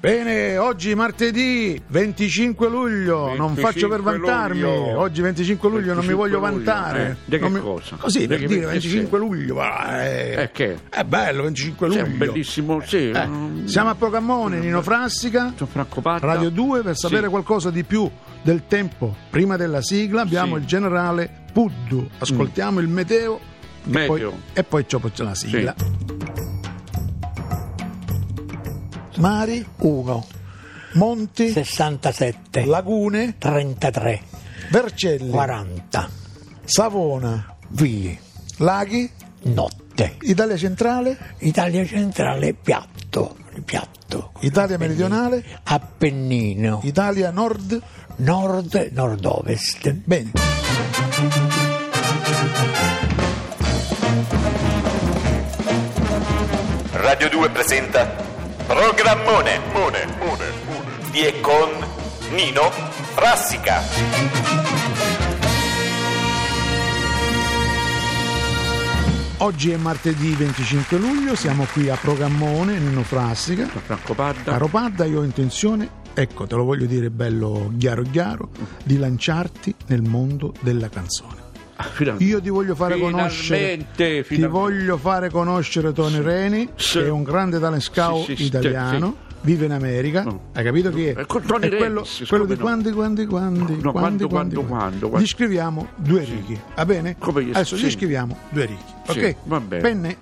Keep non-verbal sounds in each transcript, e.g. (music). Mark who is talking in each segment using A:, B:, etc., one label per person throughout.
A: Bene, oggi martedì 25 luglio, non
B: 25
A: faccio per vantarmi,
B: luglio.
A: oggi 25 luglio non mi
B: 25
A: voglio
B: luglio,
A: vantare.
B: eh. Di che
A: Non mi-
B: cosa?
A: Così,
B: Di
A: per
B: che
A: dire 25
B: 25
A: luglio, ah, eh,
B: Eh, che?
A: è bello 25
B: Sì,
A: luglio.
B: è bellissimo, sì.
A: Eh,
B: mm,
A: siamo a Pocammone, Nino Frassica,
B: sono Franco Patta.
A: Radio 2, per sapere
B: Sì.
A: qualcosa di più del tempo prima della sigla abbiamo
B: Sì. Mm.
A: il generale Puddu, ascoltiamo il meteo,
B: Meteo.
A: Poi, e poi c'è c'è la
B: Sì.
A: sigla. Mari,
C: 1
A: monti,
C: 67
A: lagune,
C: 33
A: Vercelli,
C: 40
A: Savona,
C: vie
A: Laghi,
C: notte
A: Italia centrale,
C: Italia centrale piatto piatto
A: Italia meridionale,
C: Appennino
A: Italia nord.
C: nord nord ovest
A: Bene.
D: Radio 2 presenta Programmone Mone, Mone, Mone. di e con Nino Frassica.
A: Oggi è martedì 25 luglio, siamo qui a Programmone, Nino Frassica.
B: Franco Padda.
A: Caro Padda, io ho intenzione, ecco, te lo voglio dire bello chiaro chiaro, di lanciarti nel mondo della canzone.
B: Ah, finalmente.
A: Io ti voglio fare conoscere
B: Finalmente,
A: Ti
B: finalmente.
A: voglio fare conoscere Tony Reni,
B: Sì.
A: che è un grande talent scout
B: Sì, sì, sì,
A: italiano. Vive in America,
B: No.
A: hai capito chi è?
B: Eh, con Tony
A: è quello,
B: Reni, sì,
A: quello di
B: come no.
A: quanti, quanti, quanti,
B: No, quando,
A: quanti,
B: quando, quando, quando.
A: Gli scriviamo due righe, va bene?
B: Come gli-
A: Adesso gli
B: sì.
A: scriviamo due righe,
B: Sì,
A: ok?
B: va bene.
A: Penne,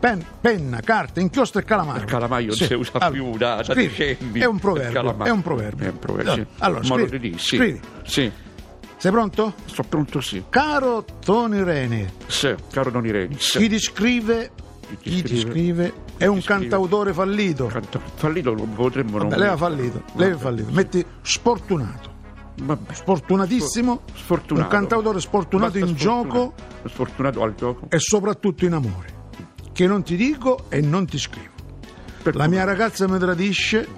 A: pen- penna, carta, inchiostro e calamaio.
B: Il calamaio non
A: Sì.
B: si usa
A: Allora,
B: più da, da
A: scrivi.
B: decenni.
A: È un
B: Il
A: proverbio,
B: calamaio.
A: è un proverbio.
B: È un proverbio, sì.
A: Allora,
B: Ma lo
A: scrivi,
B: ridì, sì.
A: scrivi.
B: Sì,
A: Sei pronto?
B: sto pronto, sì.
A: Caro Tony Reni,
B: Sì, caro Noni Reni. Sì.
A: Chi ti scrive,
B: Chi
A: chi ti
B: ti scrive,
A: scrive è un
B: ti scrive.
A: cantautore fallito.
B: Canto- Fallito lo potremmo
A: Vabbè,
B: non...
A: lei ha fallito, lei ha fallito. Metti sportunato,
B: Vabbè.
A: sfortunatissimo,
B: Sfortunato.
A: un cantautore sfortunato
B: Basta
A: in
B: sfortunato.
A: gioco Eh,
B: Sfortunato al gioco.
A: e soprattutto in amore. Che non ti dico e non ti scrivo.
B: Per
A: La mia ragazza mi tradisce,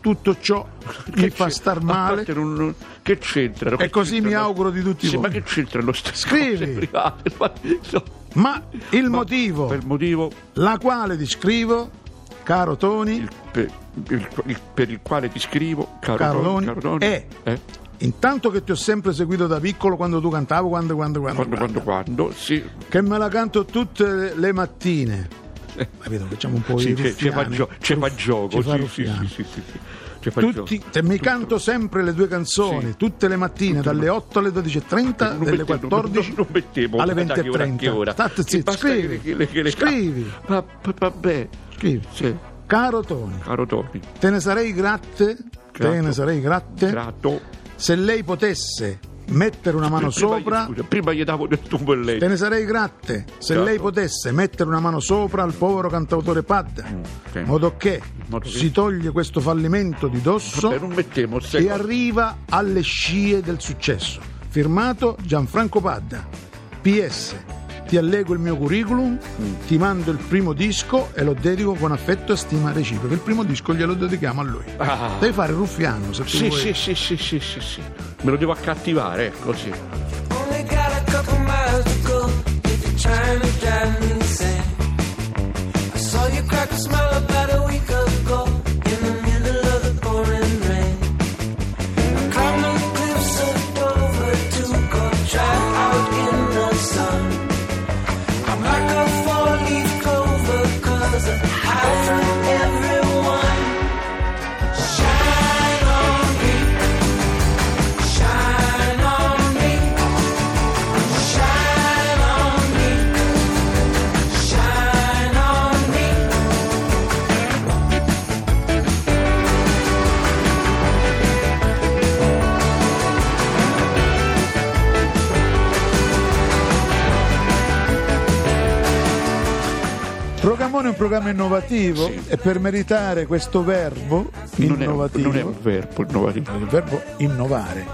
A: tutto
B: (laughs)
A: ciò
B: Che
A: mi fa
B: c'è?
A: star
B: A
A: male.
B: parte non- che c'entra? Che
A: così
B: c'entra
A: mi
B: lo-
A: auguro di tutti
B: Sì,
A: voi.
B: Ma che c'entra lo stesso?
A: Scrivi.
B: (laughs)
A: Ma il motivo,
B: Per motivo
A: la quale ti scrivo, caro Toni,
B: il- per il, il- per il quale ti scrivo, caro,
A: Caro
B: Don-
A: Toni,
B: caro Don-
A: è-
B: eh,
A: intanto che ti ho sempre seguito da piccolo quando tu cantavo, quando, quando, quando.
B: quando, quando, quando, sì,
A: che me la canto tutte le mattine. Capito? Facciamo un po'
B: sì,
A: di
B: c'è, c'è fa gio- c'è fa gioco, sì, sì, sì, sì, sì, sì. C'è fa
A: Tutti,
B: gioco.
A: te mi canto sempre le due canzoni,
B: Sì.
A: tutte le mattine, dalle 8 alle 12.30,
B: Non
A: dalle
B: mettevo-
A: 14
B: non- non mettevo,
A: alle
B: guarda che ora- che
A: 20.30.
B: ora.
A: State
B: Che
A: zitto,
B: basta che
A: scrivi,
B: le- che le- che le-
A: scrivi,
B: Va- va- vabbè,
A: scrivi.
B: sì,
A: Caro Tony,
B: caro Toni,
A: te ne sarei gratte, te
B: Grato.
A: ne sarei gratte,
B: grato.
A: se lei potesse mettere una mano
B: Prima gli-
A: sopra...
B: scusa, prima gli davo del tubo e lei.
A: Te ne sarei gratte se
B: Grato.
A: lei potesse mettere una mano sopra al povero cantautore Padda,
B: sì.
A: modo che
B: Mm, Modo che-
A: si toglie questo fallimento di dosso
B: Vabbè, Eh, non mettiamo sei
A: e arriva alle scie del successo. Firmato Gianfranco Padda. PS. Ti allego il mio curriculum,
B: Mm.
A: ti mando il primo disco e lo dedico con affetto e stima reciproca. Il primo disco glielo dedichiamo a lui.
B: Ah.
A: Devi fare il ruffiano se tu
B: Sì,
A: vuoi.
B: sì, sì, sì, sì, sì, sì. Me lo devo accattivare, ecco, sì.
E: Only got a couple miles to go if you're trying to drive me insane. I saw you crack a smile about a week ago in the middle of the pouring rain. I climbed the cliffs of Dover to go dry out in the sun. I'm like a four-leaf clover 'cause I hide from everyone. Shine on me, shine on me. Shine on me, shine on me.
A: Programmone è un programma innovativo e per meritare questo verbo
B: Non è, un-
A: innovativo,
B: non è un verbo innovativo.
A: il verbo innovare,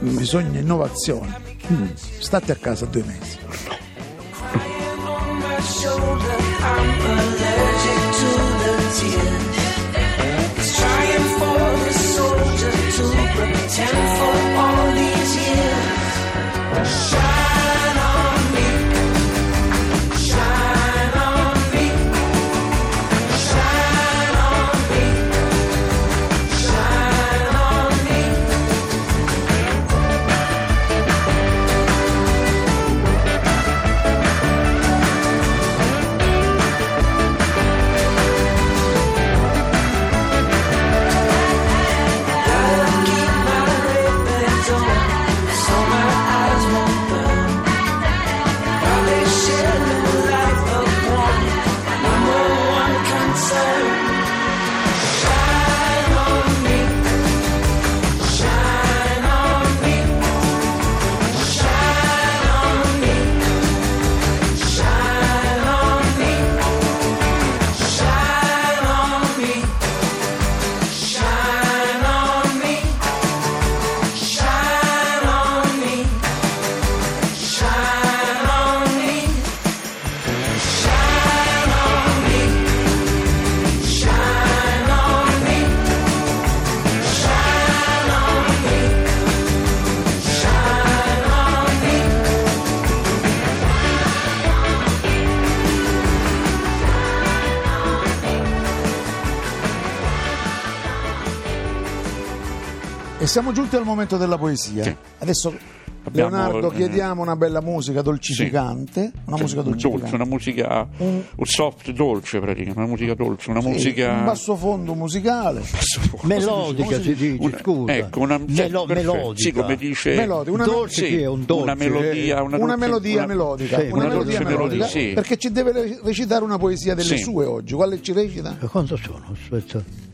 A: bisogna innovazione.
F: Mm.
A: State a casa due mesi.
E: Crying on my shoulder, I'm allergic to the tears. It's trying for the soldier to pretend for all these years. Shine on me, shine on me, shine on me,
F: E siamo giunti al momento della poesia.
B: Sì.
F: Adesso,
B: Abbiamo,
F: Leonardo,
B: eh,
F: chiediamo una bella musica dolcificante. Una musica dolcificante.
B: dolce, una musica un soft dolce praticamente, una musica dolce, una musica
F: Eh, Un basso fondo musicale.
G: Melodica si dice,
B: una-
G: scusa.
B: ecco, una sì,
G: Melo-
B: perfetto.
G: melodica.
B: Sì, come dice
F: Melodica, una-
G: Dolce che è un dolce,
B: una
A: eh?
B: melodia, una,
F: Una,
B: dolce-
F: melodia
B: una-
F: melodica.
G: sì,
F: una
G: una
F: melodia
G: dolce
F: melodica.
B: melodia, sì.
F: Perché ci deve re- recitare una poesia delle
B: Sì.
F: sue oggi. Quale ci recita?
G: Quanto Eh, sono? Aspetta.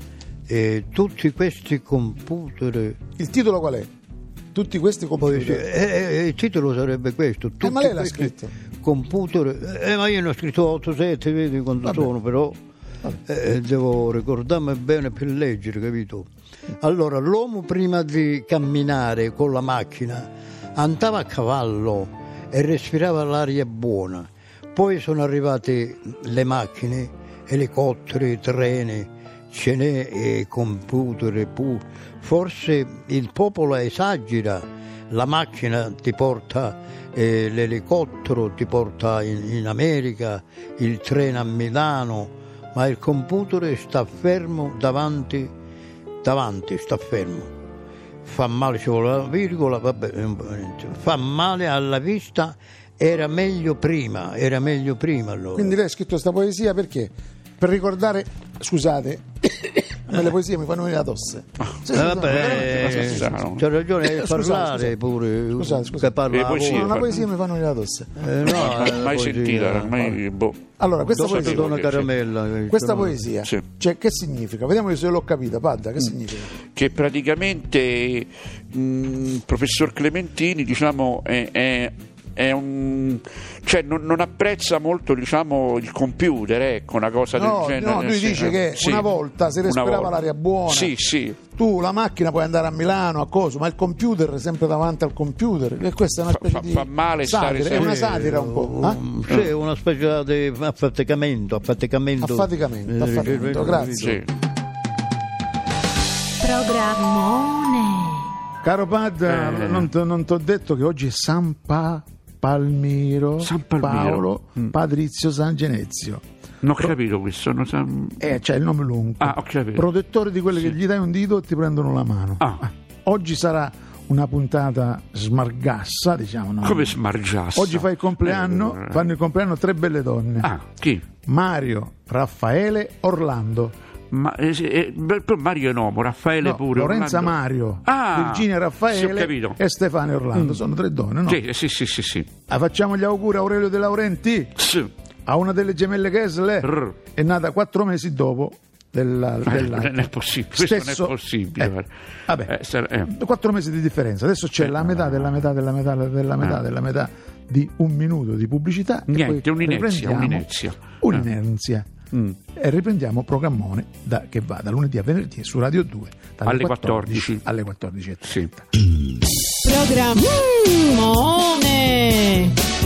G: Eh, tutti questi computer.
F: Il titolo qual è? Tutti questi
G: Poi,
F: eh, computer. Eh,
G: eh, eh, il titolo sarebbe questo. Tutti
F: ma lei l'ha
G: questi
F: scritto.
G: Computer. Eh, ma io ne ho scritto 8, 7, vedi quanto sono, però. eh, devo ricordarmi bene per leggere, capito? Allora, l'uomo prima di camminare con la macchina andava a cavallo e respirava l'aria buona. Poi sono arrivate le macchine, elicotteri, treni, ce n'è e computer. pu- Forse il popolo esagera. La macchina ti porta, eh, l'elicottero ti porta in, in America, il treno a Milano, ma il computer sta fermo davanti, davanti sta fermo. Fa male, ci vuole la virgola, vabbè, non va niente. fa male alla vista, era meglio prima, era meglio prima allora.
F: Quindi lei ha scritto questa poesia perché? Per ricordare,
B: (coughs)
F: scusate, a me le poesie mi fanno venire la tosse.
B: Ah,
F: Sì,
G: Eh,
F: sì,
G: vabbè,
B: ma scusate.
G: c'è ragione a
F: Scusate,
G: parlare
F: scusate.
G: pure,
F: Scusate, scusate.
G: che parla
B: Eh,
G: la
B: poi sì.
F: no,
G: voce.
F: una poesia mi fanno venire la tosse.
G: Eh, no,
B: mai,
G: eh,
B: Ah, mai
G: poesia.
B: sentita, mai, boh.
F: Allora, questa
B: Lo
F: poesia,
B: sapevo.
G: una
B: sì.
G: caramella. eh,
F: questa
G: sono-
F: poesia
B: Sì. Mm.
F: cioè, che significa? Vediamo se l'ho capita, Padda, che significa?
B: che praticamente il professor Clementini diciamo è, è- è un- cioè, non, non apprezza molto diciamo, il computer, ecco, una cosa
F: No,
B: del genere.
F: no, lui
B: Sì,
F: dice
B: eh,
F: che
B: sì.
F: una volta si
B: Una
F: respirava
B: volta.
F: l'aria buona.
B: Sì, sì.
F: Tu la macchina puoi andare a Milano, a coso, ma il computer è sempre davanti al computer. E questa è una
B: Fa-
F: specie
B: fa-
F: di
B: fa male stare
F: satira, è una
B: sempre-
F: satira un po'. eh?
G: Mm, Sì, una specie di affaticamento, affaticamento.
F: Affaticamento,
G: Eh,
F: affaticamento,
G: eh,
F: grazie.
B: Sì.
H: Programmone.
A: Caro Pad, non t'ho non t'ho detto che oggi è San Pa- Palmiro,
B: San Palmiro. Mm.
A: Paolo Patrizio San Genezio.
B: Non ho capito questo. non sa-
A: Eh, c'è il nome lungo.
B: Ah, ho capito.
A: Protettore di quelli che gli dai un dito e ti prendono la mano.
B: Ah.
A: Oggi sarà una puntata smargassa, diciamo. no?
B: Come smargiasse.
A: Oggi fa il compleanno,
B: Eh,
A: fanno il compleanno tre belle donne.
B: Ah, chi?
A: Mario, Raffaele, Orlando.
B: Ma, eh, sì, eh, beh, poi Mario Nomo, Raffaele
A: No,
B: pure.
A: Lorenza
B: Orlando.
A: Mario,
B: Ah,
A: Virginia
B: sì, ho
A: Raffaele
B: capito. Mm.
A: e Stefano Orlando. Sono tre donne, no?
B: Sì, sì, sì, sì, sì.
A: Ah, facciamo gli auguri a Aurelio De Laurenti,
B: Sì.
A: a una delle gemelle Kessler,
B: Rrr.
A: è nata quattro mesi dopo della,
B: Ma
A: dell'altra.
B: non è possibile, questo non è
A: Stesso-
B: possibile,
A: eh,
B: guarda.
A: vabbè,
B: Eh, sar- eh.
A: quattro mesi di differenza. Adesso c'è la metà della metà della metà della metà della metà di un minuto di pubblicità. e
B: Eh. Niente,
A: poi
B: un'inezia,
A: riprendiamo-
B: un'inezia. Eh. Mm.
A: Un'inezia. E riprendiamo programmone da- che va da lunedì a venerdì su Radio 2 dalle
B: Alle 14.
A: alle 14.30.
B: Sì.
I: Programmone.